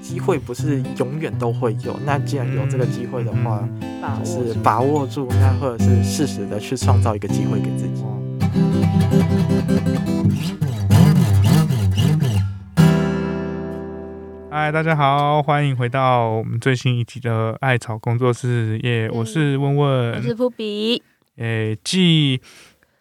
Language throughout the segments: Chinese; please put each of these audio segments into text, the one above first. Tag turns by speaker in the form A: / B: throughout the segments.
A: 机会不是永远都会有，那既然有这个机会的话，
B: 嗯
C: 把
A: 就
C: 握
A: 是
C: 住
A: 把握住，那或者是适时的去创造一个机会给自己。
B: 嗯嗨，大家好，欢迎回到我们最新一集的艾草工作室，耶、我是问
C: 嗯我是
B: 问，
C: 扑比，
B: 诶、继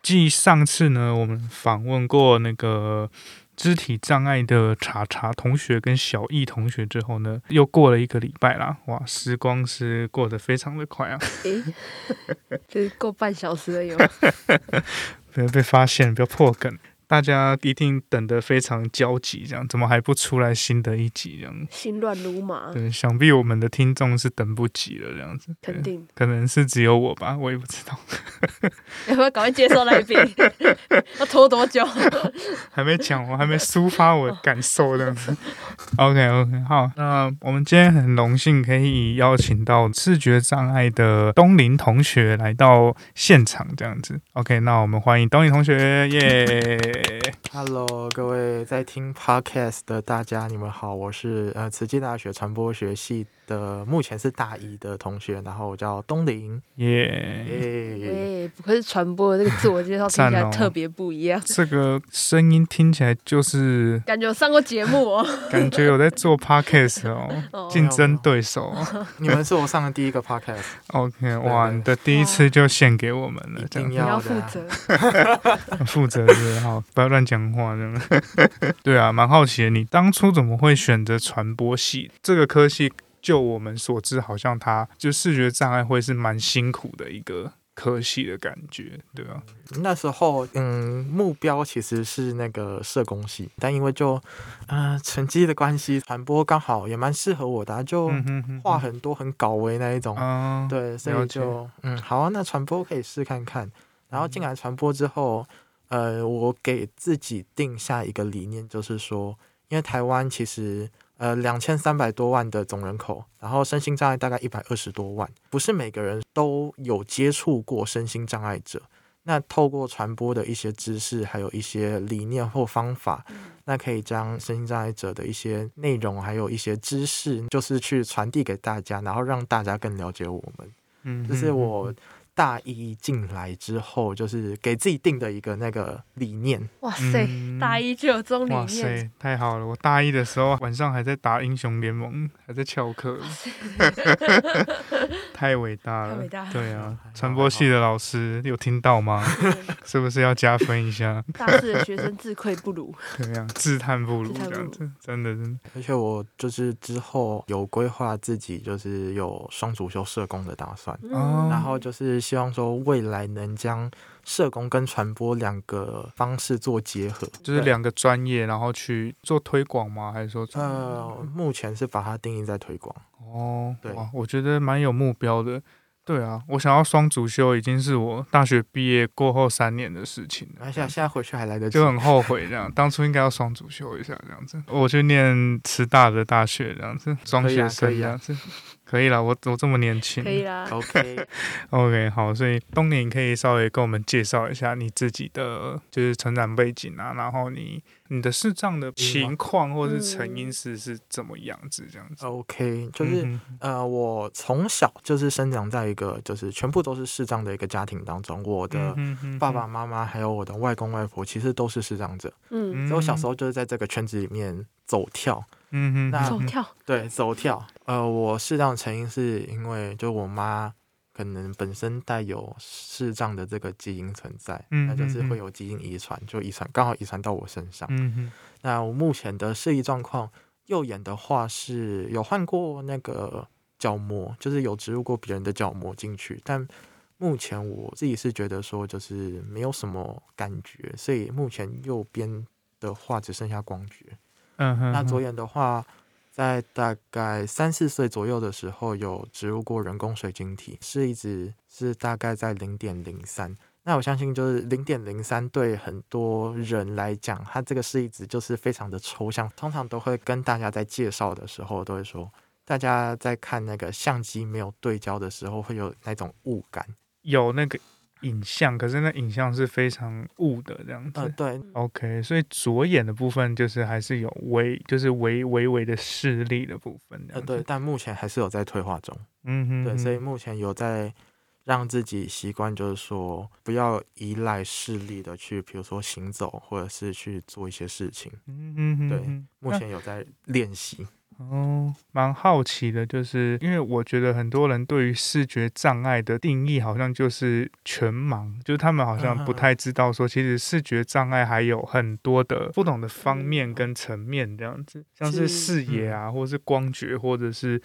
B: 继上次呢，我们访问过那个肢体障碍的查查同学跟小易同学之后呢，又过了一个礼拜啦，哇，时光是过得非常的 快啊，
C: 诶，这够半小时了 有，
B: 不要被发现，不要破梗。大家一定等得非常焦急，这样怎么还不出来新的一集？这样，
C: 心乱如麻，
B: 对，想必我们的听众是等不及了，这样子。对
C: 肯定。
B: 可能是只有我吧，我也不知道，
C: 要不要赶快接受来宾？要拖多 久？
B: 还没讲完，我还没抒发我的感受这 样子。OK OK，好，那我们今天很荣幸可以邀请到视觉障碍的东林同学来到现场这样子。OK，那我们欢迎东林同学，耶、
A: Hello，各位在听 Podcast 的大家，你们好，我是呃慈济大学传播学系的，目前是大一的同学，然后我叫东林，
B: 耶、
A: 耶、
C: 哎，不愧是传播的这个自我介绍听起
B: 赞
C: 来
B: 哦
C: 特别不一样，
B: 这个声音听起来就是
C: 感觉我上过节目 哦。
B: 感觉有在 做 podcast 哦，
C: 哦
B: 竞争对手哦。
A: 你们是我上的第一个 Podcast，
B: OK，哇，你的第一次就献给我们了
A: 一，
B: 这
A: 定
B: 样子
C: 你要
A: 要
C: 负
A: 的啊、
C: 责，
B: 嗯负责的，好，不要乱讲话这样。 对啊，蛮好奇的，你当初怎么会选择传播系这个科系？就我们所知，好像它就视觉障碍会是蛮辛苦的一个科系的感觉，对啊吧、
A: 那时候，嗯，目标其实是那个社工系，但因为就，呃，成绩的关系，传播刚好也蛮适合我的啊、就
B: 嗯哼哼，
A: 画很多很搞维那一种，
B: 啊，
A: 对，所
B: 了
A: 以
B: 解
A: 就嗯，好啊，那传播可以试看看。然后进来传播之后，呃，我给自己定下一个理念，就是说，因为台湾其实呃两千三百多万的总人口，然后身心障碍大概一百二十多万，不是每个人都有接触过身心障碍者。那透过传播的一些知识，还有一些理念或方法，那可以将身心障碍者的一些内容，还有一些知识，就是去传递给大家，然后让大家更了解我们。
B: 嗯哼
A: 这是我大一进来之后，就是给自己定的一个那个理念。
C: 哇塞，
B: 嗯
C: 大一就有这种
B: 哇
C: 理念，
B: 塞，太好了！我大一的时候晚上还在打英雄联盟，还在翘课， 太伟大了，
C: 太伟大了
B: 对啊
A: 还好，
B: 传播系的老师有听到吗？ 是不是要加分一下？
C: 大四的学生自愧不如。
B: 对啊， 自叹不如
C: 自叹
B: 这
C: 不
B: 样
C: 如
B: 子，真的真的
A: 而且我就是之后有规划自己，就是有双主修社工的打算，
B: 哦
A: 然后就是希望说未来能将社工跟传播两个方式做结合，
B: 就是
A: 对。
B: 两个专业，然后去做推广吗？还是说
A: 呃，目前是把它定义在推广。
B: 哦，
A: 对
B: 哇，我觉得蛮有目标的。对啊，我想要双主修已经是我大学毕业过后三年的事情了
A: 而。且现在回去还来得及
B: 就。很后悔这样，当初应该要双主修一下这样子。我去念师大的大学这样子，双学生
A: 可
B: 这
A: 以
B: 样
A: 啊
B: 子，可以啦，我我这么年轻
C: 嗯可以啦，
A: OK，
B: OK，好，所以东林可以稍微跟我们介绍一下你自己的就是成长背景啊，然后你你的视障的情况或是成因是是怎么样子这样子。
A: OK，就是、哦
B: 嗯
A: 呃，我从小就是生长在一个就是全部都是视障的一个家庭当中，我的
B: 嗯哼哼
A: 爸爸妈妈还有我的外公外婆其实都是视障者，
C: 嗯，
A: 所以我小时，候就是在这个圈子里面走跳，
B: 嗯哼嗯
A: 那啊
B: 哼，
C: 走跳，
A: 对，走跳。呃，我视障的成因是因为就我妈可能本身带有视障的这个基因存在，
B: 嗯
A: 那就是
B: 嗯嗯
A: 会有基因遗传，就遗传刚好遗传到我身上。
B: 嗯哼，
A: 那我目前的视力状况，右眼的话是有换过那个角膜，就是有植入过别人的角膜进去，但目前我自己是觉得说就是没有什么感觉，所以目前右边的话只剩下光觉。
B: 嗯哼，
A: 那啊左
B: 眼，
A: 眼的话，在大概三四岁左右的时候有植入过人工水晶体，是一直是大概在零点零三。那我相信就是零点零三对很多人来讲，它这个是一直就是非常的抽象，通常都会跟大家在介绍的时候都会说。大家在看那个相机没有对焦的时候，会有那种雾感，
B: 有那个影像，可是那影像是非常雾的这样子。
A: 呃，对，
B: OK，所以左眼的部分就是还是有微，就是微微微的视力的部分这
A: 呃，
B: 样子。
A: 对，但目前还是有在退化中。
B: 嗯哼，嗯
A: 对，
B: 哼
A: 所以目前有在让自己习惯，就是说不要依赖视力的去，比如说行走或者是去做一些事情。
B: 嗯哼哼
A: 对
B: 哼
A: 目前有在练习。
B: 哦，蛮好奇的，就是因为我觉得很多人对于视觉障碍的定义好像就是全盲，就是他们好像不
A: 嗯
B: 太知道说，其实视觉障碍还有很多的不同的方面跟层面这样子，像是视
A: 嗯是嗯
B: 野啊，或是光觉，或者是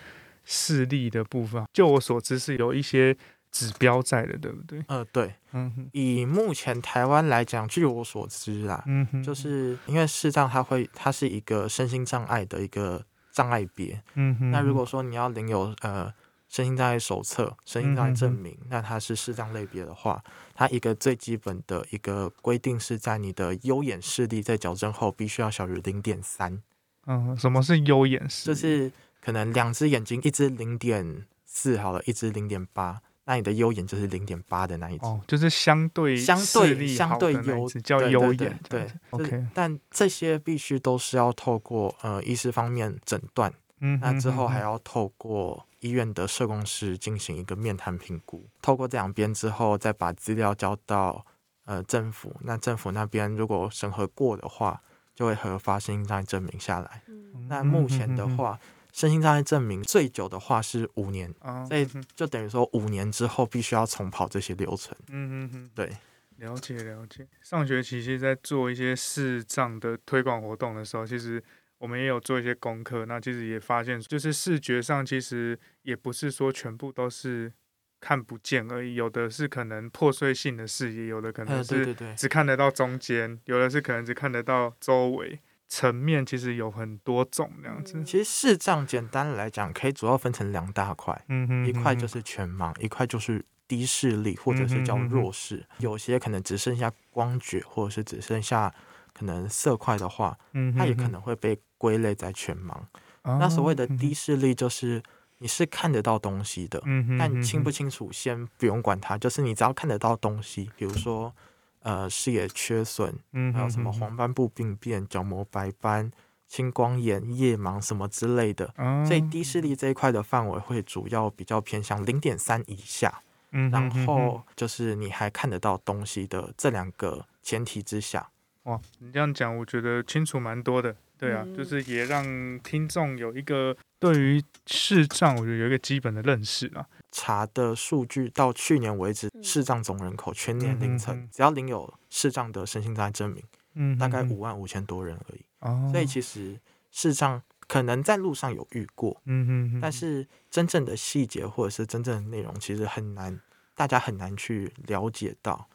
B: 视力的部分。就我所知是有一些指标在的，对不对？
A: 呃，对，
B: 嗯哼，
A: 以目前台湾来讲，据我所知啦，
B: 嗯哼，
A: 就是因为视障它会，它是一个身心障碍的一个障碍别。
B: 嗯哼，
A: 那如果说你要领有呃。身心障碍手册、身心障
B: 嗯
A: 碍证明，那它是视障类别的话，它一个最基本的一个规定是在你的优眼视力在矫正后必须要小于零点三，
B: 嗯，什么是优眼视
A: 就
B: 力？
A: 是可能两只眼睛，一只零点四好了，一只零点八，那你的优眼就是零点八的那一只。
B: 哦，就是相对
A: 相
B: 视
A: 对
B: 力
A: 相
B: 好
A: 对
B: 的那一
A: 优
B: 只叫
A: 对对
B: 优
A: 对
B: 眼这
A: 对
B: 样子。
A: 就是
B: OK，
A: 但这些必须都是要透过呃医师方面诊断，
B: 嗯，
A: 那之后还
B: 要
A: 要透过医院的社工师进行一个面谈评估，透过这两边之后，再把资料交到呃政府，那政府那边如果审核过的话，就会核发身心障碍证明下来。
B: 嗯
A: 那目前的，话，身心障碍证明最久的话是五年，
B: 嗯嗯嗯嗯嗯
A: 所以就等于说五年之后必须要重跑这些流程。
B: 嗯嗯嗯，
A: 对，
B: 了解了解。上学期其实在做一些视障的推广活动的时候，其实我们也有做一些功课，那其实也发现，就是视觉上其实也不是说全部都是看不见而已，有的是可能破碎性的视野，有的可能
A: 嗯，
B: 是、
A: 对对对，
B: 只看得到中间，有的是可能只看得到周围层面，其实有很多种这样子
C: 嗯。
A: 其实视障简单来讲，可以主要分成两大块，
B: 嗯哼嗯
A: 一块就是全盲，一块就是低视力或者是叫弱视，有些可能只剩下光觉，或者是只剩下可能色块的话，
B: 嗯
A: 它也可能会被归类在全盲。那所
B: 哦嗯
A: 谓的低，视力就是你是看得到东西的，
B: 嗯哼
A: 但清不清楚先不用管它，就是你只要看得到东西，比如说呃视野缺损，
B: 嗯
A: 还有什么黄斑部病变、角膜白斑、青光眼、夜盲什么之类的。
B: 哦
A: 所以
B: 嗯
A: 低视力这一块的范围会主要比较偏向零点三以下，
B: 嗯
A: 然后就是你还看得到东西的这两个前提之下，
B: 哇，你这样讲，我觉得清楚蛮多的。对啊，
C: 嗯
B: 就是也让听众有一个对于视障，我觉得有一个基本的认识啊。
A: 查的数据到去年为止，
C: 嗯
A: 视障总人口全年龄层，
B: 嗯嗯嗯
A: 只要领有视障的身心障碍证明，
B: 嗯，
A: 大概五，万五千多人而已。
B: 哦，
A: 所以其实视障可能在路上有遇过，
B: 嗯嗯，
A: 但是真正的细节或者是真正的内容，其实很难，大家很难去了解到。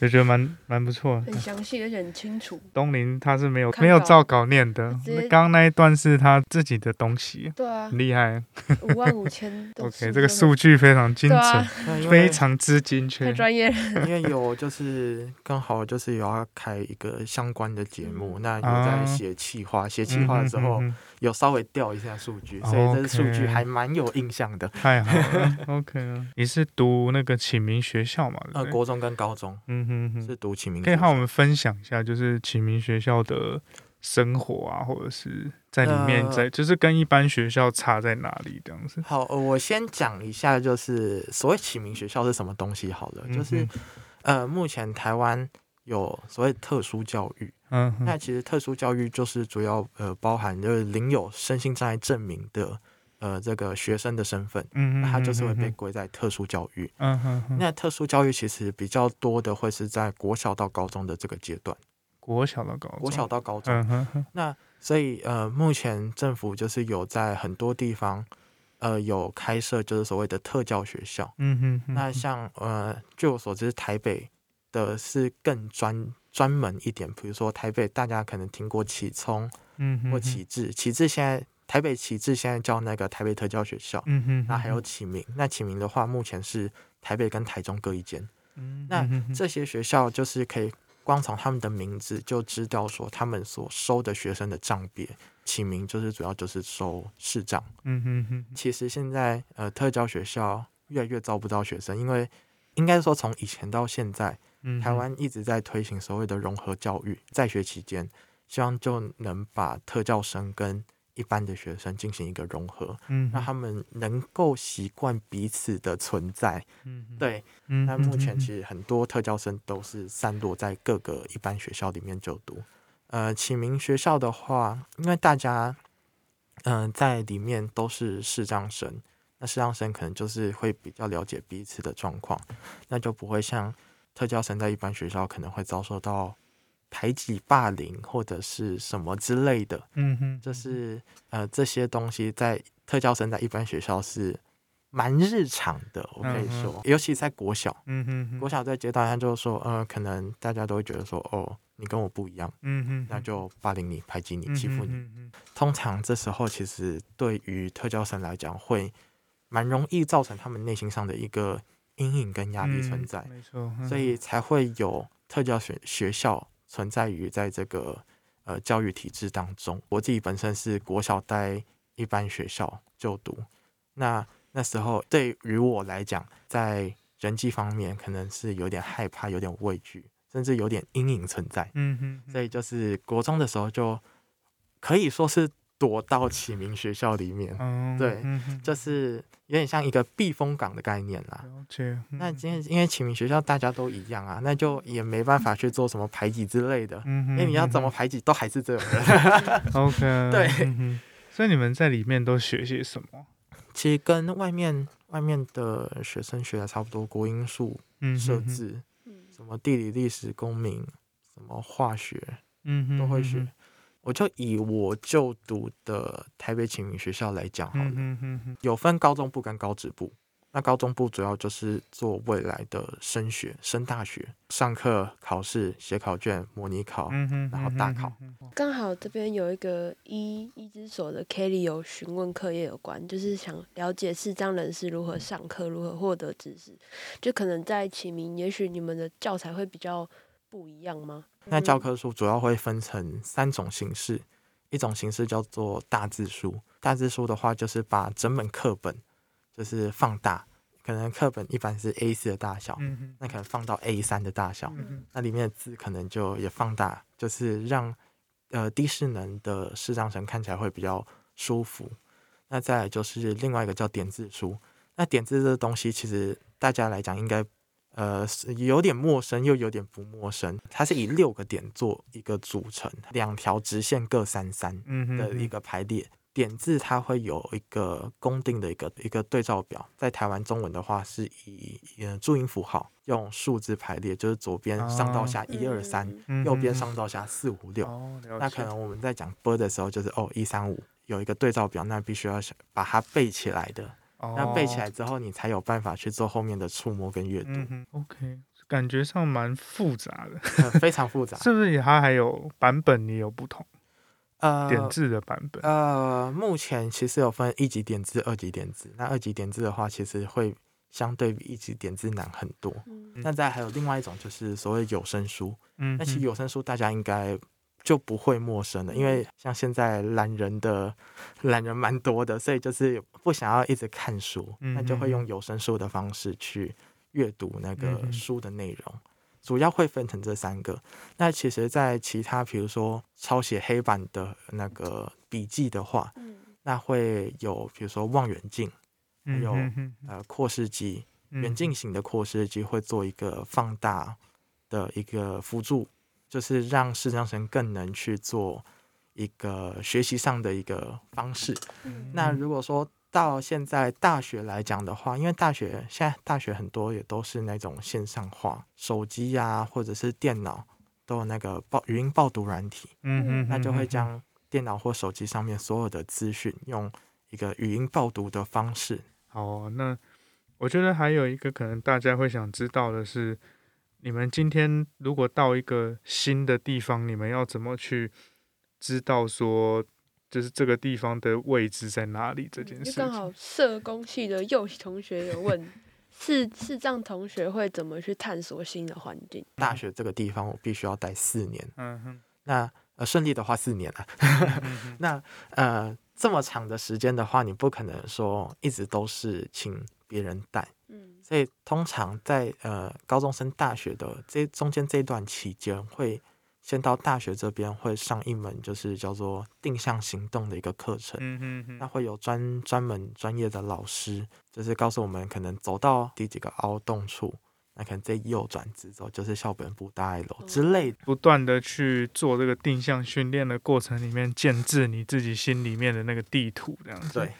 B: 就觉得蛮蛮不错。啊
C: 很详细，而且很清楚。
B: 东林他是没有
C: 看
B: 没有
C: 稿
B: 照稿念的，
C: 直接
B: 刚刚那一段是他自己的东西，
C: 对啊
B: 很，厉害。
C: 五万五千
B: 嗯 OK，这个数据非常精
C: 对
B: 准，
C: 啊，
A: 那因为
B: 非常之精
C: 太
B: 确。
C: 专业了。
A: 因为有就是刚好就是有要开一个相关的节目，
C: 嗯
A: 那有
B: 啊
A: 在写企划，写企
B: 嗯
A: 划的
B: 哼
A: 时候
B: 嗯哼
A: 有稍微调一下数据，所以这数据
B: OK
A: 还蛮有印象的。
B: 太好 了，OK 啊。你是读那个启明学校嘛？对不
A: 呃，
B: 对
A: 国中跟高中
B: 嗯哼哼，
A: 是读启明
B: 可
A: 学
B: 以
A: 校，
B: 和我们分享一下，就是启明学校的生活啊，或者是在里面
A: 呃
B: 在，就是跟一般学校差在哪里这样子。
A: 好，呃我先讲一下，就是所谓启明学校是什么东西好了，就是
B: 嗯
A: 呃，目前台湾有所谓特殊教育，
B: 嗯哼，
A: 那其实特殊教育就是主要呃包含就是领有身心障碍证明的呃这个学生的身份，
B: 嗯
A: 那
B: 哼，
A: 它就是会被
B: 嗯哼
A: 归在特殊教育。
B: 嗯哼哼，
A: 那特殊教育其实比较多的会是在国小到高中的这个阶段，
B: 国小的高中，
A: 国小，到高中，
B: 嗯哼哼，
A: 那所以呃，目前政府就是有在很多地方，呃，有开设就是所谓的特教学校。
B: 嗯哼哼，
A: 那像呃，据我所知，台北的是更专专门一点，比如说台北大家可能听过启聪
B: 嗯哼
A: 或
B: 哼，
A: 启智，启智现在台北启智现在叫那个台北特教学校，
B: 嗯哼，
A: 那还有启明，那启明的话目前是台北跟台中各一间。
B: 嗯哼，
A: 那
B: 嗯哼哼
A: 这些学校就是可以光从他们的名字就知道说他们所收的学生的账别，起名就是主要就是收市账。
B: 嗯哼哼，
A: 其实现在呃特教学校越来越招不到学生，因为应该说从以前到现在，
B: 嗯
A: 台湾一直在推行所谓的融合教育，在学期间，希望就能把特教生跟一般的学生进行一个融合，
B: 嗯
A: 让他们能够习惯彼此的存在。
B: 嗯，
A: 对，
B: 嗯
A: 那目前其
B: 实
A: 实很多特教生都是散落在各个一般学校里面就读。呃，启明学校的话，因为大家嗯、呃在里面都是视障生，那视障生可能就是会比较了解彼此的状况，那就不会像特教生在一般学校可能会遭受到排挤、霸凌或者是什么之类的。
B: 嗯哼，
A: 就是呃这些东西在特教生在一般学校是蛮日常的，我可以
B: 嗯哼
A: 说，尤其在国小，
B: 嗯哼哼
A: 国小在阶段上就是说，呃，可能大家都会觉得说，哦，你跟我不一样，
B: 嗯哼，
A: 那就霸凌你、排挤你、
B: 嗯
A: 欺负
B: 哼
A: 你。
B: 嗯哼
A: 通常这时候其实对于特教生来讲，会蛮容易造成他们内心上的一个阴影跟压力存
B: 嗯
A: 在，
B: 没错，嗯
A: 所以才会有特教学学校存在于在这个呃教育体制当中。我自己本身是国小在一般学校就读，那那时候对于我来讲，在人际方面可能是有点害怕，有点畏惧，甚至有点阴影存在。
B: 嗯哼哼，
A: 所以就是国中的时候就可以说是躲到启明学校里面，
B: 嗯
A: 对
B: 嗯哼
A: 就是有点像一个避风港的概念啦。
B: 了解，
A: 那
B: 嗯
A: 今天因为启明学校大家都一样啊，那就也没办法去做什么排挤之类的，
B: 嗯哼，
A: 因为哎你要怎么
B: 嗯
A: 排挤都还是这种人。
B: 哼 OK，
A: 对
B: 嗯哼，所以你们在里面都学些什么？
A: 其实跟外面外面的学生学的差不多，国英数、
B: 嗯哼
A: 设
B: 哼，
A: 置、
C: 嗯
A: 什么地理、历史、公民、什么化学
B: 嗯哼，
A: 都会学。
B: 嗯哼
A: 我就以我就读的台北启明学校来讲好了，
B: 嗯哼哼哼，
A: 有分高中部跟高职部。那高中部主要就是做未来的升学、升大学，上课、考试、写考卷、模拟考，
B: 嗯哼，
A: 然后大考
B: 嗯哼，
C: 刚好这边有一个医医之所的 Kelly 有询问课业有关，就是想了解视障人士如何上课，如何获得知识。就可能在启明，也许你们的教材会比较不一样吗？
A: 那教
C: 嗯
A: 科书主要会分成三种形式，一种形式叫做大字书。大字书的话，就是把整本课本就是放大，可能课本一般是 A 四的大小，
B: 嗯哼，
A: 那可能放到 A 三的大小，
B: 嗯哼
A: 那里面的字可能就也放大，就是让呃低势能的视障生看起来会比较舒服。那再来就是另外一个叫点字书，那点字这东西其实大家来讲应该呃是有点陌生，又有点不陌生。它是以六个点做一个组成，两条直线各三三
B: 嗯哼
A: 的一个排列。点字它会有一个公定的一个一个对照表，在台湾中文的话是以呃注音符号用数字排列，就是左边上到下一二三，
C: 嗯
A: 右边上到下四五六。
B: 哦，了
A: 那
B: 解
A: 可能我们在讲波的时候，就是哦一三五有一个对照表，那必须要想把它背起来的。那背起，
B: 哦
A: 来之后，你才有办法去做后面的触摸跟阅读，
B: 嗯哼，OK，感觉上蛮复杂的，
A: 呃非常复杂。
B: 是不是？它还有版本也有不同，
A: 呃，
B: 点字的版本，
A: 呃，目前其实有分一级点字、二级点字。那二级点字的话，其实会相对比一级点字难很多。
C: 嗯
B: 嗯
A: 那再还有另外一种，就是所谓有声书。
B: 嗯哼，
A: 那其实有声书大家应该就不会陌生的，因为像现在懒人的懒人蛮多的，所以就是不想要一直看书，
B: 嗯
A: 那就会
B: 嗯
A: 用有声书的方式去阅读那
B: 嗯
A: 个
B: 嗯
A: 书的内容。主要会分成这三个。那其实，在其他比如说抄写黑板的那个笔记的话，
C: 嗯
A: 那会有比如说望远镜、还有
B: 嗯哼
A: 呃扩视机，
B: 嗯
A: 远近型的扩视机会做一个放大的一个辅助，就是让视障生更能去做一个学习上的一个方式。
C: 嗯
A: 那如果说到现在大学来讲的话，因为大学现在大学很多也都是那种线上化，手机呀、或者是电脑都有那个报语音报读软体，
B: 嗯哼，
A: 那就会
B: 讲
A: 将电脑或手机上面所有的资讯用一个语音报读的方式
B: 好哦，那我觉得还有一个可能大家会想知道的是，你们今天如果到一个新的地方，你们要怎么去知道说，就是这个地方的位置在哪里这件事
C: 嗯就
B: 情？
C: 刚好社工系的右同学有问， 视视障同学会怎么去探索新的环境？
A: 大学这个地方我必须要待四年，
B: 嗯哼，
A: 那呃顺利的话四年啊， 那呃这么长的时间的话，你不可能说一直都是请别人带，
C: 嗯，
A: 所以通常在呃高中升大学的这中间这段期间，会先到大学这边会上一门就是叫做定向行动的一个课程。
B: 嗯哼
A: 那
B: 哼，
A: 会有专专门专业的老师，就是告诉我们可能走到第几个凹洞处，那可能再右转直走就是校本部大爱楼之类的。
B: 不断的去做这个定向训练的过程里面，建制你自己心里面的那个地图，这样子。
A: 对，，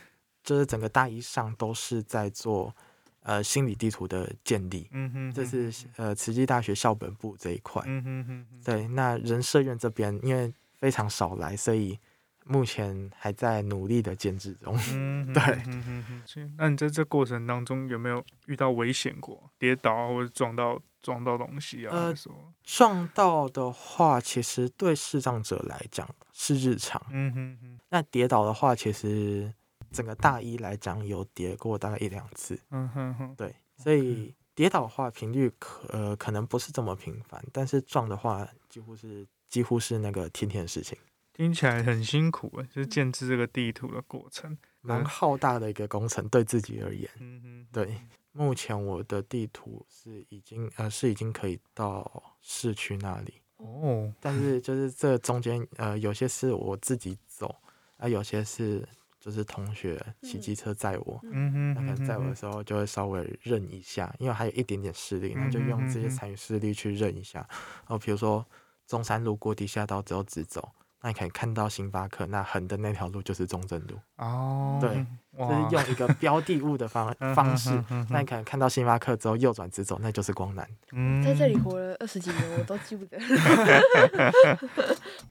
A: 就是整个大一上都是在做呃心理地图的建立，
B: 嗯哼哼，
A: 这是呃慈济大学校本部这一块。
B: 嗯哼哼 哼，
A: 对，那人社院这边因为非常少来，所以目前还在努力的建制中。
B: 嗯，
A: 对
B: 嗯哼哼哼所以那你在这过程当中有没有遇到危险过？跌倒啊，或者撞到撞到东西啊？
A: 呃
B: 或者说，
A: 撞到的话，其实对视障者来讲是日常。
B: 嗯哼哼，
A: 那跌倒的话，其实整个大一来讲有跌过大概一两次，
B: 嗯哼哼，
A: 对，所以跌倒的话频率可呃可能不是这么频繁，但是撞的话几乎是几乎是那个天天的事情，
B: 听起来很辛苦欸，就是建制这个地图的过程。
A: 蛮
B: 嗯
A: 浩大的一个工程对自己而言。
B: 嗯哼，
A: 对，目前我的地图是已经呃是已经可以到市区那里，
B: 哦，
A: 但是就是这中间呃，有些是我自己走，啊，有些是就是同学骑
C: 嗯
A: 机车载我，
B: 嗯哼
A: 那可
B: 哼
A: 能载我的
B: 哼，
A: 时候就会稍微认一下，因为还有一点点视力，那就用这些
B: 嗯嗯嗯嗯
A: 残余视力去认一下。哦，比如说中山路过地下道之后直走。那你可以看到星巴克，那横的那条路就是中正路，
B: 哦，
A: 对，
B: 哇，
A: 就是用 一个标的物的方
B: 嗯
A: 方式
B: 哼。哼
A: 那你
B: 哼
A: 可能看到星巴克之后右转直走，那就是光南。
B: 哼
C: 在这里
B: 嗯
C: 活了二十几年，我都记不得。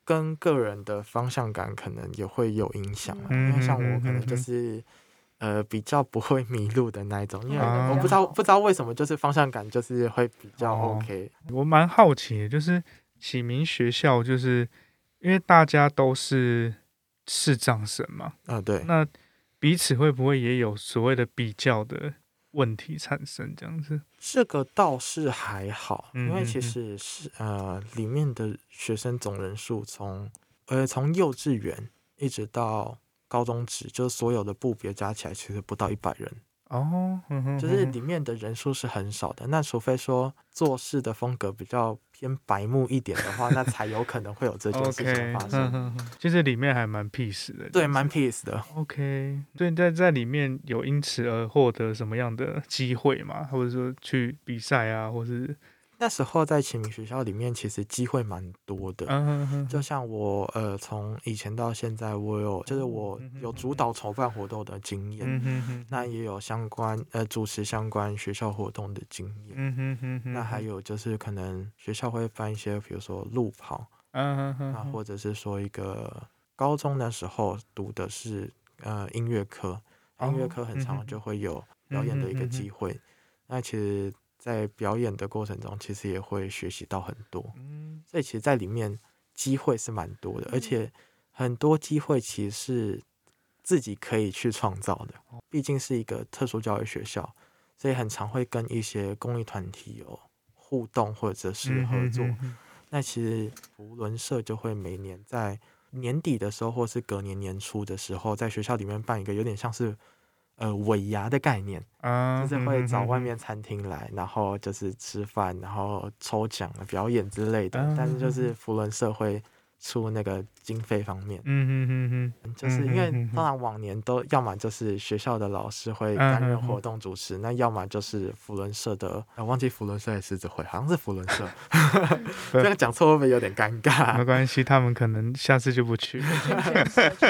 A: 跟个人的方向感可能也会有影响啊。
B: 嗯
A: 因为像我
B: 嗯
A: 可能就
B: 嗯嗯
A: 是呃比较不会迷路的那一种，因为
B: 啊
A: 我不知道不知道为什么就是方向感就是会比较
B: 哦
A: OK。
B: 我蛮好奇的，就是启明学校，就是因为大家都是视障生嘛，
A: 嗯，对，
B: 那彼此会不会也有所谓的比较的问题产生？这样子，
A: 这个倒是还好，
B: 嗯
A: 因为
B: 嗯
A: 其
B: 嗯
A: 实是呃里面的学生总人数从呃从幼稚园一直到。高中职就是所有的部别加起来，其实不到一百人，
B: 哦，嗯哼
A: 就是
B: 嗯哼
A: 里面的人数是很少的。那除非说做事的风格比较偏白目一点的话，那才有可能会有这件事
B: OK， 嗯
A: 情发生。
B: 嗯哼哼就是里面还蛮 peace 的，
A: 对，蛮 peace 的。
B: OK。对，在在里面有因此而获得什么样的机会嘛？或者说去比赛啊，或是
A: 那时候在启明学校里面，其实机会蛮多的。
B: 嗯哼哼
A: 就像我呃，从以前到现在，我有就是我
B: 嗯哼
A: 有
B: 嗯
A: 主
B: 哼
A: 导筹办活动的经验，
B: 嗯哼哼，
A: 那也有相关呃主持相关学校活动的经验。
B: 嗯哼哼哼，
A: 那还有就是可能学校会办一些，比如说路跑，
B: 嗯哼哼
A: 那
B: 哼，
A: 或者是说一个高中的时候读的是呃音乐科，音乐
B: 哦
A: 科很
B: 嗯
A: 常
B: 哼
A: 就会有表演的一个
B: 嗯哼嗯哼
A: 机会。那其实，在表演的过程中，其实也会学习到很多，
B: 嗯
A: 所以其实，在里面机会是蛮多的，而
C: 嗯
A: 且很多机会其实是自己可以去创造的。
B: 哦
A: 毕竟是一个特殊教育学校，所以很常会跟一些公益团体有互动或者是合作。
B: 嗯哼
A: 那其实福伦社就会每年在年底的时候，或是隔年年初的时候，在学校里面办一个有点像是呃尾牙的概念，
B: 啊，
A: 就是会找外
B: 嗯
A: 面餐厅来，然后就是吃饭，然后抽奖、啊表演之类的
B: 啊。
A: 但是就是福伦社会出那个经费方面，
B: 嗯哼哼
A: 就是因为
B: 嗯嗯嗯嗯
A: 当然往年都要么就是学校的老师会
B: 嗯
A: 担
B: 嗯
A: 任
B: 嗯
A: 活动主持，那要么就是福伦社的，呃、忘记福伦社还是狮子会，好像是福伦社， 这样讲错会不会有点尴
B: 哼，没
A: 尬？
B: 关系，他们可能下次就不去了。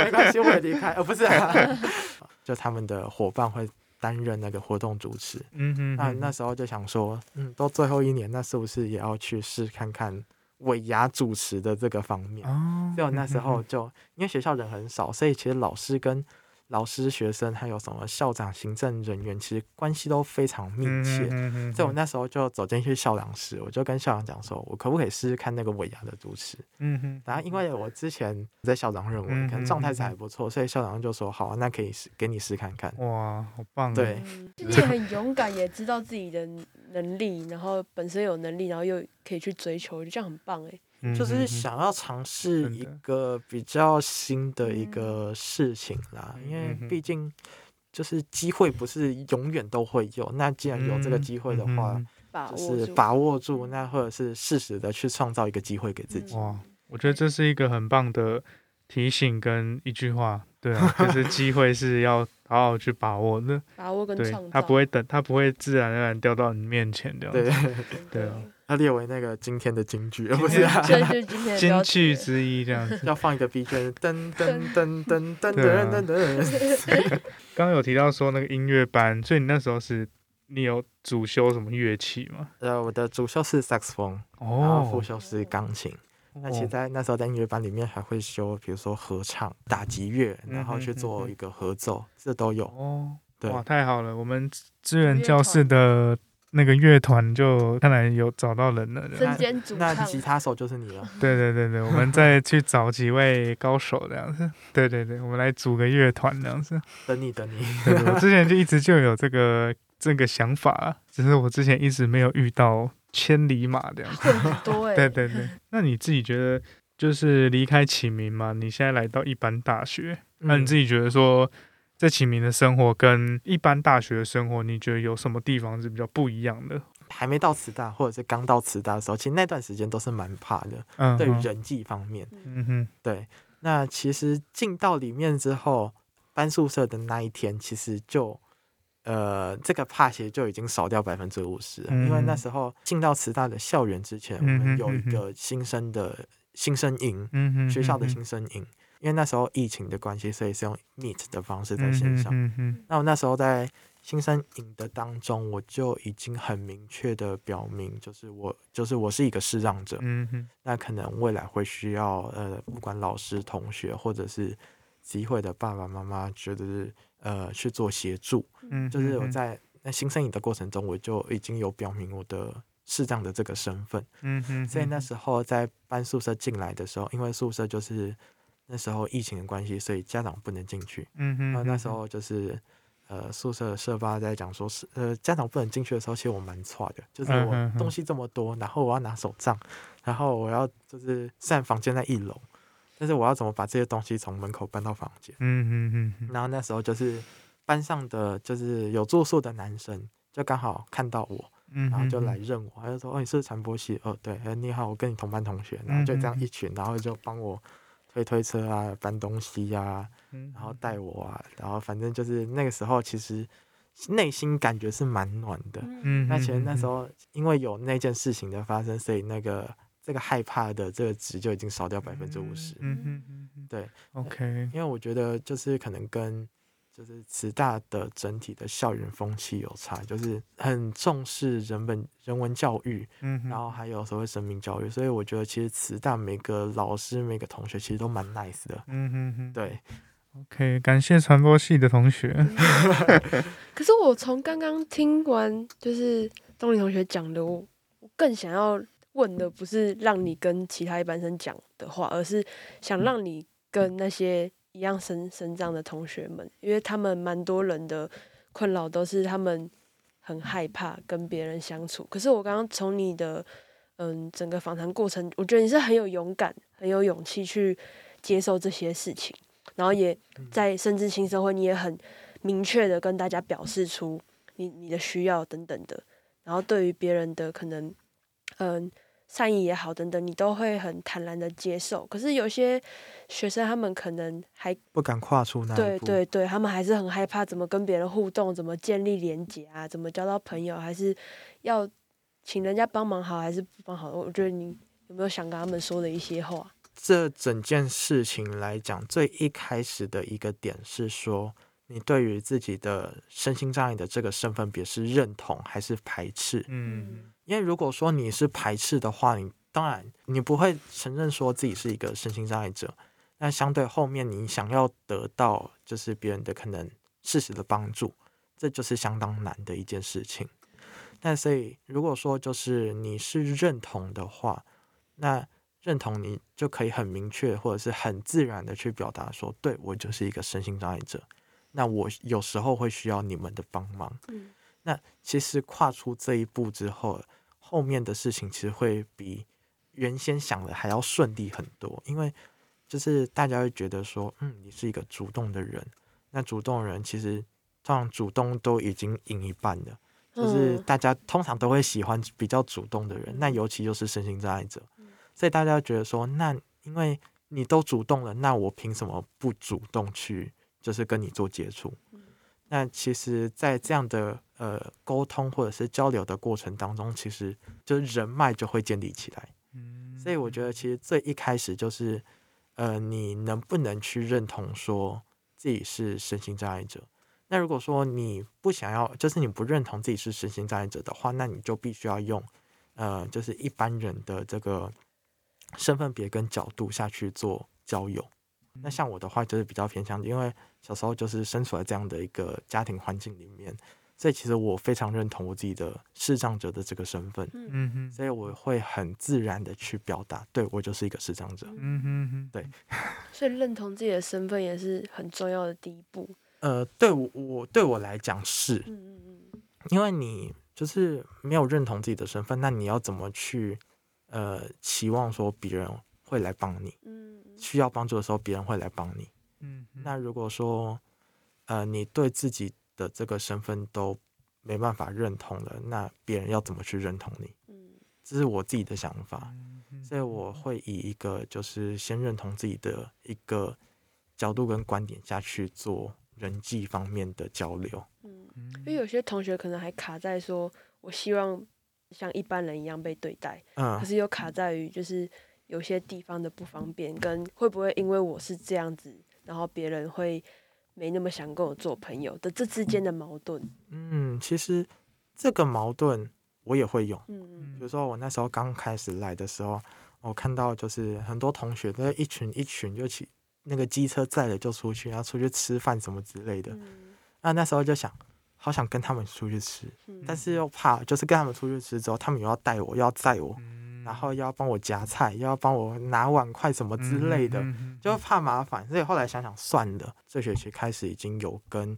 A: 没关系，我也离开，呃，不是、啊， 就他们的伙伴会担任那个活动主持。
B: 嗯哼
A: 那
B: 哼，
A: 那时候就想说，嗯，都最后一年，那是不是也要去试看看尾牙主持的这个方面？
B: 哦，
A: 所以我那时候
B: 嗯
A: 就因为学校人很少，所以其实老师跟老师、学生还有什么校长、行政人员，其实关系都非常密
B: 哼哼
A: 切。
B: 嗯哼
A: 所以我
B: 哼
A: 那时候就走进去校长室，我就跟校长讲说，我可不可以试试看那个尾牙的主持？
B: 嗯哼，
A: 然后因为我之前在校长任
B: 嗯
A: 务，可能状态是还不错，所以校长就说好啊，那可以试给你试看看。
B: 哇，好棒哦，
A: 对
C: 你也嗯很勇敢，也知道自己的能力，然后本身有能力，然后又可以去追求，我觉得这样很棒哎。
B: 嗯哼哼，
A: 就是想要尝试
B: 真
A: 一
B: 的
A: 个比较新的一
C: 嗯
A: 个事情啦，因为
B: 嗯哼
A: 毕竟就是机会不是永远都会有。那既然有这个机会的话，
B: 嗯
C: 把握
A: 就是
C: 住
A: 把握住，那或者是适时的去创造一个机会给自己。
B: 哇，嗯我觉得这是一个很棒的提醒跟一句话，对啊， 就是机会是要好好去把握的，
C: 把握跟
B: 对
C: 创，造，
B: 它不会等，它不会自然而然掉到你面前这样子。
A: 对，
C: 真的
B: 对 啊，
A: 要列为那个今天的金 句，而
B: 今
A: 不是
B: 天
A: 啊
C: 这就是今天的
B: 金
C: 标题
B: 句
C: 了。
B: 之一这样子。
A: 要放一个 B 卷，噔噔噔噔噔噔
B: 对啊
A: 噔噔噔。
B: 刚刚有提到说那个音乐班，所以你那时候是你有主修什么乐器吗？
A: 呃，我的主修是萨克斯风，然后副
B: 哦，
A: 修是钢琴。那其实
B: 哦
A: 在那时候在音乐班里面还会修，比如说合唱、打击乐，
B: 嗯
A: 然后去做一个合奏，这都有。
B: 哦，
A: 对
B: 哇，太好了！我们资源教室的那个乐团就看来有找到人了。这样
C: 身兼主
A: 那
C: 唱，
A: 吉他手就是你了，
B: 对对对对，我们再去找几位高手这样 子。对对对，我们来组个乐团这样子。
A: 等你等你。
B: 对对，我之前就一直就有这个这个想法啊，只是我之前一直没有遇到千里马这样子。
C: 混很多哎、
B: 对对对，那你自己觉得就是离开启明嘛？你现在来到一般大学，那啊
A: 嗯
B: 你自己觉得说，在启明的生活跟一般大学的生活，你觉得有什么地方是比较不一样的？
A: 嗯还没到慈大，或者是刚到慈大的时候，其实那段时间都是蛮怕的，
B: 嗯，
A: 对于
B: 嗯，
A: 人际方面。
B: 嗯哼，
A: 对，那其实进到里面之后，搬宿舍的那一天，其实就呃，这个怕鞋就已经少掉百分之五十，因为那
B: 嗯
A: 时候进到慈大的校园之前，我
B: 嗯
A: 们
B: 哼
A: 有一
B: 嗯哼
A: 个新生的新生营，
B: 嗯哼，
A: 学校的
B: 嗯哼
A: 新生营。因为那时候疫情的关系，所以是用 Meet 的方式在线上。
B: 嗯哼嗯
A: 那我那时候在新生营的当中，我就已经很明确的表明，就是我就是我是一个视障者，
B: 哼嗯哼，
A: 那可能未来会需要呃，不管老师、同学或者是集会的爸爸妈妈，觉得是呃去做协助。
B: 嗯，
A: 就是我
B: 嗯，
A: 在那新生营的过程中，我就已经有表明我的视障的这个身份，
B: 嗯哼，
A: 所以那
B: 嗯
A: 时候在搬宿舍进来的时候，因为宿舍就是那时候疫情的关系，所以家长不能进去。
B: 嗯哼，
A: 呃那那
B: 嗯
A: 时
B: 哼，
A: 候就是。呃，宿舍的社巴在讲说是，呃，家长不能进去的时候，其实我蛮错的，就是
B: 嗯
A: 我
B: 嗯嗯
A: 东西这么多，然后我要拿手杖，然后我要就是虽然房间在一楼，但是我要怎么把这些东西从门口搬到房间？
B: 嗯哼嗯哼，
A: 然后那时候就是班上的就是有住宿的男生，就刚好看到我，
B: 嗯哼，
A: 然后就
B: 嗯
A: 来，认我，他就说：“哦，你是不是传播系？哦，对，呃你好，我跟你同班同学。”然后
B: 嗯
A: 就这样
B: 嗯
A: 一群，然后就帮我推推车啊，搬东西呀、啊，
B: 嗯
A: 然后带我啊，然后反正就是那个时候，其实内心感觉是蛮暖的。
C: 嗯，
B: 嗯，
A: 那其实那时
B: 候，
A: 候因为有那件事情的发生，所以那个这个害怕的这个值就已经少掉百分之五十。
B: 嗯哼嗯哼，
A: 对
B: ，OK，
A: 因为我觉得就是可能跟就是慈大的整体的校园风气有差，就是很重视人本人文教育，
B: 嗯哼，
A: 然后还有所谓生命教育，所以我觉得其实慈大每个老师每个同学其实都蛮 nice 的。
B: 嗯哼哼，
A: 对，
B: ，OK，感谢传播系的同学，
C: 可是我从刚刚听完就是东林同学讲的，我我更想要问的不是让你跟其他一般生讲的话，而是想让你跟那些一样生生长的同学们，因为他们蛮多人的困扰都是他们很害怕跟别人相处。可是我刚刚从你的嗯整个访谈过程，我觉得你是很有勇敢、很有勇气去接受这些事情，然后也在甚至新社会，你也很明确的跟大家表示出你你的需要等等的，然后对于别人的可能，嗯，善意也好等等，你都会很坦然的接受。可是有些学生他们可能还
A: 不敢跨出那一
C: 对
A: 步。
C: 对对，他们还是很害怕怎么跟别人互动，怎么建立连结啊，怎么交到朋友，还是要请人家帮忙好还是不帮好？我觉得你有没有想跟他们说的一些话？
A: 这整件事情来讲，最一开始的一个点是说，你对于自己的身心障碍的这个身份别是认同还是排斥？
B: 嗯，
A: 因为如果说你是排斥的话，你当然你不会承认说自己是一个身心障碍者。那相对后面你想要得到就是别人的可能适时的帮助，这就是相当难的一件事情。那所以如果说就是你是认同的话，那认同你就可以很明确或者是很自然的去表达说，对我就是一个身心障碍者。那我有时候会需要你们的帮忙。
C: 嗯
A: 那其实跨出这一步之后，后面的事情其实会比原先想的还要顺利很多，因为就是大家会觉得说，嗯，你是一个主动的人，那主动的人其实通常主动都已经赢一半了。就是
C: 嗯
A: 大家通常都会喜欢比较主动的人，那尤其就是身心障碍者，所以大家觉得说，那因为你都主动了，那我凭什么不主动去就是跟你做接触？那其实，在这样的呃沟通或者是交流的过程当中，其实就是人脉就会建立起来。
B: 嗯
A: 所以我觉得，其实最一开始就是，呃，你能不能去认同说自己是身心障碍者？那如果说你不想要，就是你不认同自己是身心障碍者的话，那你就必须要用，呃，就是一般人的这个身份别跟角度下去做交友。那像我的话，就是比较偏向，因为小时候就是身处在这样的一个家庭环境里面，所以其实我非常认同我自己的视障者的这个身份。
B: 嗯哼，
A: 所以我会很自然的去表达，对我就是一个视障者。
B: 嗯哼哼，
A: 对
C: 所以认同自己的身份也是很重要的第一步。
A: 呃，对我我对我来讲是
C: 嗯嗯嗯，
A: 因为你就是没有认同自己的身份，那你要怎么去呃期望说别人会来帮你？
C: 嗯嗯
A: 需要帮助的时候，别人会来帮你。
B: 嗯哼，
A: 那如果说呃你对自己的这个身份都没办法认同了，那别人要怎么去认同你？
C: 嗯
A: 这是我自己的想法。
B: 嗯哼
A: 所以我会以一个就是先认同自己的一个角度跟观点下去做人际方面的交流。
C: 嗯，因为有些同学可能还卡在说，我希望像一般人一样被对待，可
A: 嗯，
C: 是又卡在于就是有些地方的不方便，跟会不会因为我是这样子，然后别人会没那么想跟我做朋友的这之间的矛盾。
A: 嗯，其实这个矛盾我也会有。
C: 嗯
A: 比
C: 嗯
A: 如说我那时候刚开始来的时候，我看到就是很多同学都一群一群就起那个机车载了就出去，然后出去吃饭什么之类的。
C: 嗯
A: 那那时候就想，好想跟他们出去吃，
C: 嗯，
A: 但是又怕就是跟他们出去吃之后，他们又要带我，又要载我，
B: 嗯
A: 然后又要帮我夹菜，又要帮我拿碗筷什么之类的，
B: 嗯哼
A: 就怕麻烦，所以后来想想算了。这学期开始已经有跟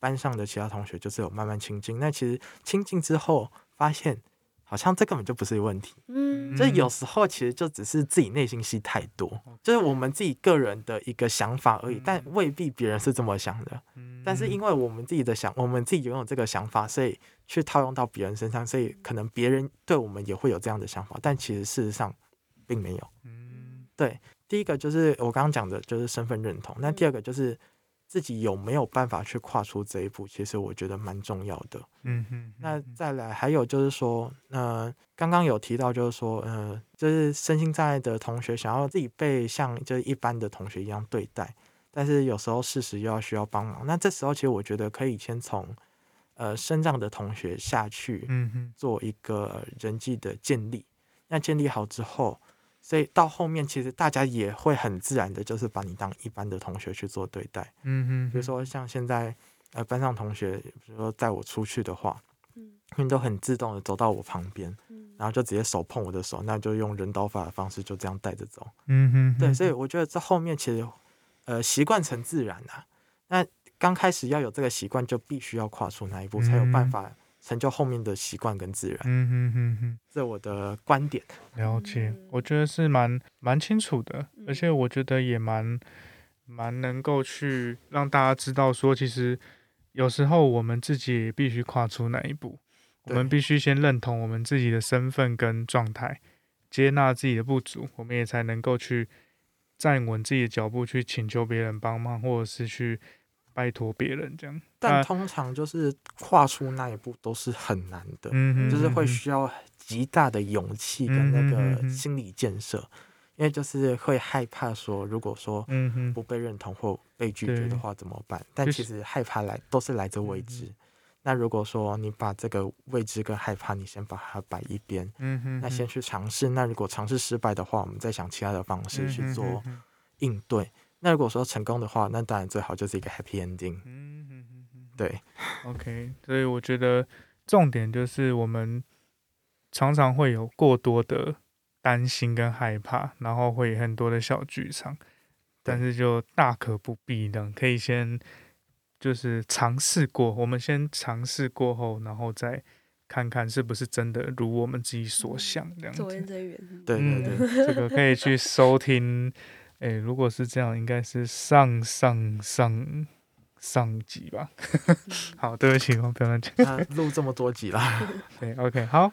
A: 班上的其他同学就是有慢慢亲近，那其实亲近之后发现。好像这根本就不是问题，
C: 嗯
A: 就是有时候其实就只是自己内心戏太多，
B: 哦
A: 就是我们自己个人的一个想法而已，
B: 嗯
A: 但未必别人是这么想的。但是因为我们自己的想，我们自己拥有这个想法，所以去套用到别人身上，所以可能别人对我们也会有这样的想法，但其实事实上并没有。
B: 嗯
A: 第一个就是我刚刚讲的，就是身份认同；那
C: 嗯
A: 第二个就是自己有没有办法去跨出这一步，其实我觉得蛮重要的。
B: 嗯哼，
A: 那
B: 嗯
A: 再来还有就是说，呃，刚刚有提到就是说，呃，就是身心障碍的同学想要自己被像就是一般的同学一样对待，但是有时候事实又要需要帮忙。那这时候其实我觉得可以先从呃身障的同学下去
B: 嗯哼
A: 做一个人际的建立。那建立好之后，所以到后面其实大家也会很自然的，就是把你当一般的同学去做对待。
B: 嗯哼，
A: 比如说像现在呃班上同学，比如说带我出去的话，
C: 嗯
A: 他们都很自动的走到我旁边，
C: 嗯
A: 然后就直接手碰我的手，那就用人刀法的方式就这样带着走。
B: 嗯哼，
A: 对，所以我觉得这后面其实呃习惯成自然啊。那刚开始要有这个习惯，就必须要跨出那一步，才有办
B: 嗯
A: 法成就后面的习惯跟自然。
B: 嗯哼哼哼。
A: 这我的观点。
B: 了解
C: 嗯，
B: 我觉得是蛮蛮清楚的，而且
C: 嗯
B: 我觉得也蛮蛮能够去让大家知道说，其实有时候我们自己也必须跨出那一步，我们
A: 对
B: 必须先认同我们自己的身份跟状态，接纳自己的不足，我们也才能够去站稳自己的脚步，去请求别人帮忙，或者是去拜托别人这样。
A: 但
B: 那
A: 通常就是跨出那一步都是很难的，
B: 嗯哼，
A: 就是会
B: 嗯哼
A: 需要极大的勇气跟那
B: 嗯嗯嗯
A: 个
B: 嗯
A: 心理建设，因为就是会害怕说，如果说
B: 嗯哼
A: 不被认同或被拒绝
B: 对嗯
A: 的话怎么办？但
B: 就
A: 其
B: 是
A: 实害怕来都是来自未知。那如果说你把这个未知跟害怕，你先把它摆一边，
B: 嗯哼，
A: 那先去尝试。那如果尝试失败的话，我们再想其他的方式去做
B: 嗯哼嗯哼
A: 应对。那如果说成功的话，那当然最好就是一个 happy ending。
B: 嗯哼嗯哼。
A: 对，
B: OK，所以我觉得重点就是我们常常会有过多的担心跟害怕，然后会有很多的小剧场，但是就大可不必的，可以先就是尝试过，我们先尝试过后，然后再看看是不是真的如我们自己所想这样
C: 左言
B: 子。
C: 则圆。
A: 对对对。
B: 嗯，这个可以去收听。诶，如果是这样，应该是上上上上集吧。好，对不起，我不要乱讲。
A: 那录这么多集啦，
B: 对，OK，好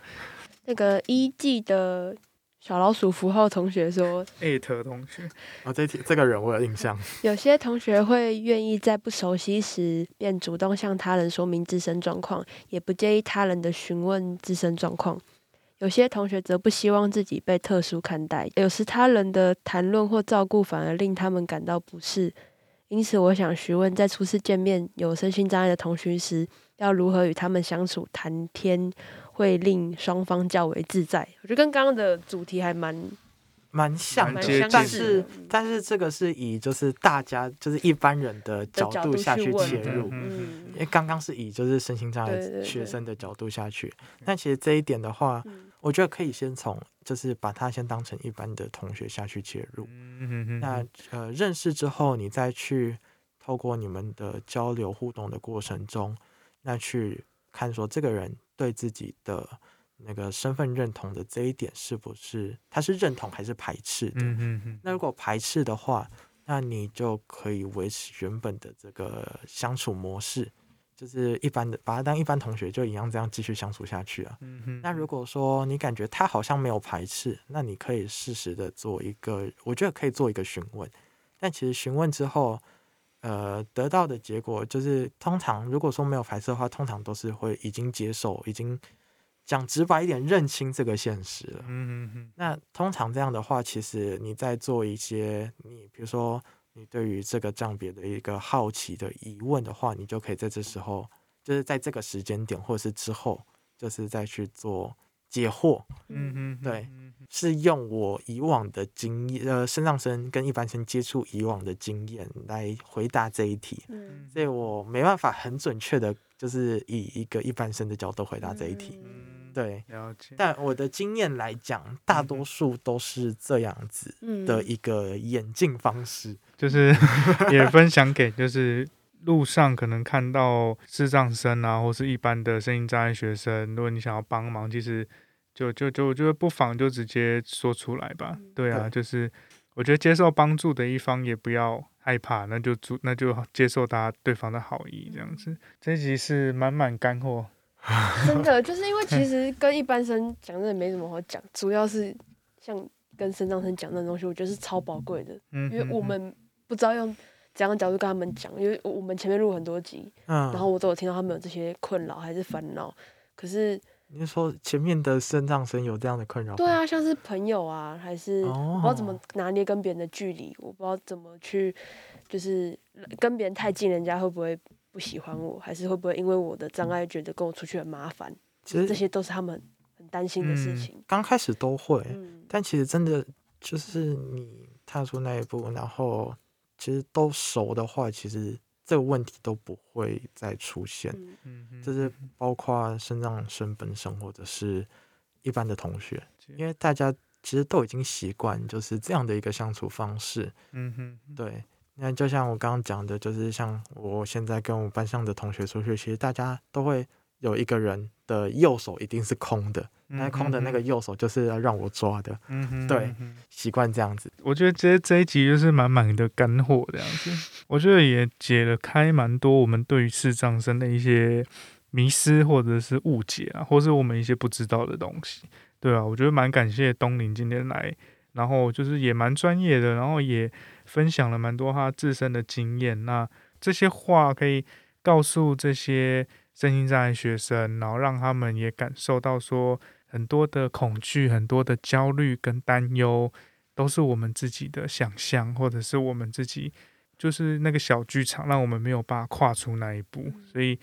C: 那个一季的小老鼠符号同学说，
B: 艾特同学，
A: 哦，这题这个人我有印象，
C: 有些同学会愿意在不熟悉时便主动向他人说明自身状况，也不介意他人的询问自身状况。有些同学则不希望自己被特殊看待，有时他人的谈论或照顾反而令他们感到不适。因此，我想询问，在初次见面有身心障碍的同学时，要如何与他们相处谈天，会令双方较为自在？我觉得跟刚刚的主题还蛮
A: 蛮像的
C: 蛮
B: 接近，
A: 但
C: 相似
A: 是
C: 的。
A: 但是这个是以就是大家就是一般人的角
C: 角
A: 度
C: 度
A: 下
C: 去
A: 去
C: 问
A: 切
C: 的
A: 入，
B: 嗯
C: 嗯
A: 因为刚刚是以就是身心障
C: 对对
A: 碍
C: 对
A: 学生的角度下去，那其实这一点的话，
C: 嗯
A: 我觉得可以先从就是把他先当成一般的同学下去切入。
B: 嗯
A: 那呃，认识之后，你再去透过你们的交流互动的过程中，那去看说这个人对自己的那个身份认同的这一点是不是他是认同还是排斥的？
B: 嗯嗯
A: 那如果排斥的话，那你就可以维持原本的这个相处模式，就是一般的把他当一般同学就一样这样继续相处下去啊。
B: 嗯
A: 那如果说你感觉他好像没有排斥，那你可以适时的做一个，我觉得可以做一个询问。但其实询问之后，呃，得到的结果就是，通常如果说没有排斥的话，通常都是会已经接受，已经讲直白一点，认清这个现实了。
B: 嗯嗯
A: 那通常这样的话，其实你在做一些你比如说你对于这个障别的一个好奇的疑问的话，你就可以在这时候，就是在这个时间点或者是之后，就是再去做解惑，
B: 嗯嗯，
A: 是用我以往的经验，呃，身上身跟一般生接触以往的经验来回答这一题，
C: 嗯
A: 所以我没办法很准确的，就是以一个一般生的角度回答这一题，
C: 嗯
A: 对。
B: 了解。
A: 但我的经验来讲，大多数都是这样子。
C: 嗯
A: 的一个演进方式。
B: 就是 也分享给就是路上可能看到视障生啊，或是一般的声音障碍学生，如果你想要帮忙，其实就就就我觉得不妨就直接说出来吧。
C: 嗯
B: 对啊，
A: 对
B: 就是我觉得接受帮助的一方也不要害怕，那就主那就接受大家对方的好意这样
C: 嗯
B: 子。这一集是满满干货，
C: 真的，就是因为其实跟一般生讲真的没什么好讲，主要是像跟生长生讲那种东西，我觉得是超宝贵的，
B: 嗯，
C: 因为
B: 嗯
C: 我们不知道用怎样的角度跟他们讲，因为我们前面录很多集，
B: 啊
A: 嗯，
C: 然后我都有听到他们有这些困扰还是烦恼，可是
A: 你是说前面的肾脏生有这样的困扰？
B: 哦
C: 对，啊，像是朋友啊，还是
A: 哦
C: 我不知道怎么拿捏跟别人的距离，我不知道怎么去，就是跟别人太近，人家会不会不喜欢我，还是会不会因为我的障碍觉得跟我出去很麻烦，
A: 其
C: 这
A: 实
C: 些都是他们很担心的事
B: 嗯
C: 情。
A: 刚开始都会，
C: 嗯，
A: 但其实真的就是你踏出那一步，然后其实都熟的话，其实这个问题都不会再出现。
C: 嗯
B: 嗯嗯
A: 就是包括肾脏生本身或者是一般的同学，
B: 解
A: 因为大家其实都已经习惯就是这样的一个相处方式，
B: 嗯嗯嗯
A: 对，那就像我刚刚讲的，就是像我现在跟我班上的同学出去，其实大家都会有一个人的右手一定是空的，那空的那个右手就是要让我抓的，
B: 嗯嗯
A: 对。
B: 嗯
A: 习惯这样子。
B: 我觉得这这一集就是满满的干货这样子，我觉得也解了开蛮多我们对于视障生的一些迷失或者是误解啊，或是我们一些不知道的东西，对啊，我觉得蛮感谢东林今天来，然后就是也蛮专业的，然后也分享了蛮多他自身的经验，那这些话可以告诉这些身心障碍学生，然后让他们也感受到说很多的恐惧、很多的焦虑跟担忧。都是我们自己的想象，或者是我们自己就是那个小剧场，让我们没有办法跨出那一步。所
C: 嗯
B: 以，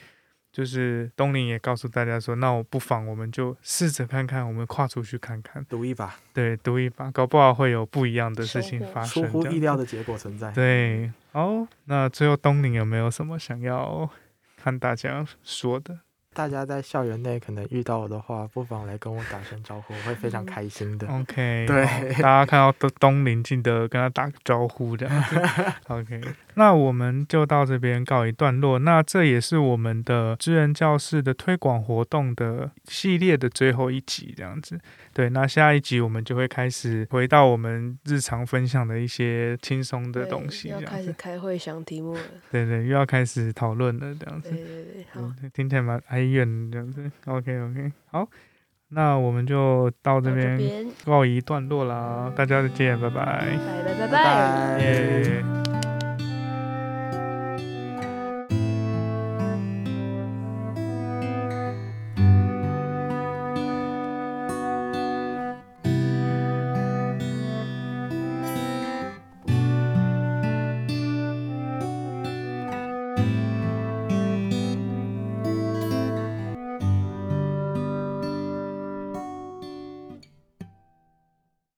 B: 就是东林也告诉大家说，那我不妨我们就试着看看，我们跨出去看看，
A: 赌一把，
B: 对，赌一把，搞不好会有不一样的事情
C: 收获
B: 发
A: 出
B: 生。
A: 乎
B: 这样
A: 意料的结果存在。
B: 对，好，那最后东林有没有什么想要和大家说的？
A: 大家在校园内可能遇到我的话，不妨来跟我打声招呼，我会非常开心的。
B: OK，
A: 对
B: 嗯哦好大家看到东东林记得跟他打个招呼这样子。OK，那我们就到这边告一段落。那这也是我们的知人教室的推广活动的系列的最后一集这样子。对，那下一集我们就会开始回到我们日常分享的一些轻松的
C: 对
B: 东西
C: 要
B: 这样
C: 开始
B: 子。
C: 开会想题目了。
B: 对对，又要开始讨论了这样子
C: 对。对对，好，
B: 嗯听起来蛮哀怨的这样子。OK OK，好，那我们就到这
C: 到
B: 边
C: 边，
B: 告一段落啦，大家再见，拜拜。
C: 拜拜
A: 拜
C: 拜拜。
A: 拜。
B: 耶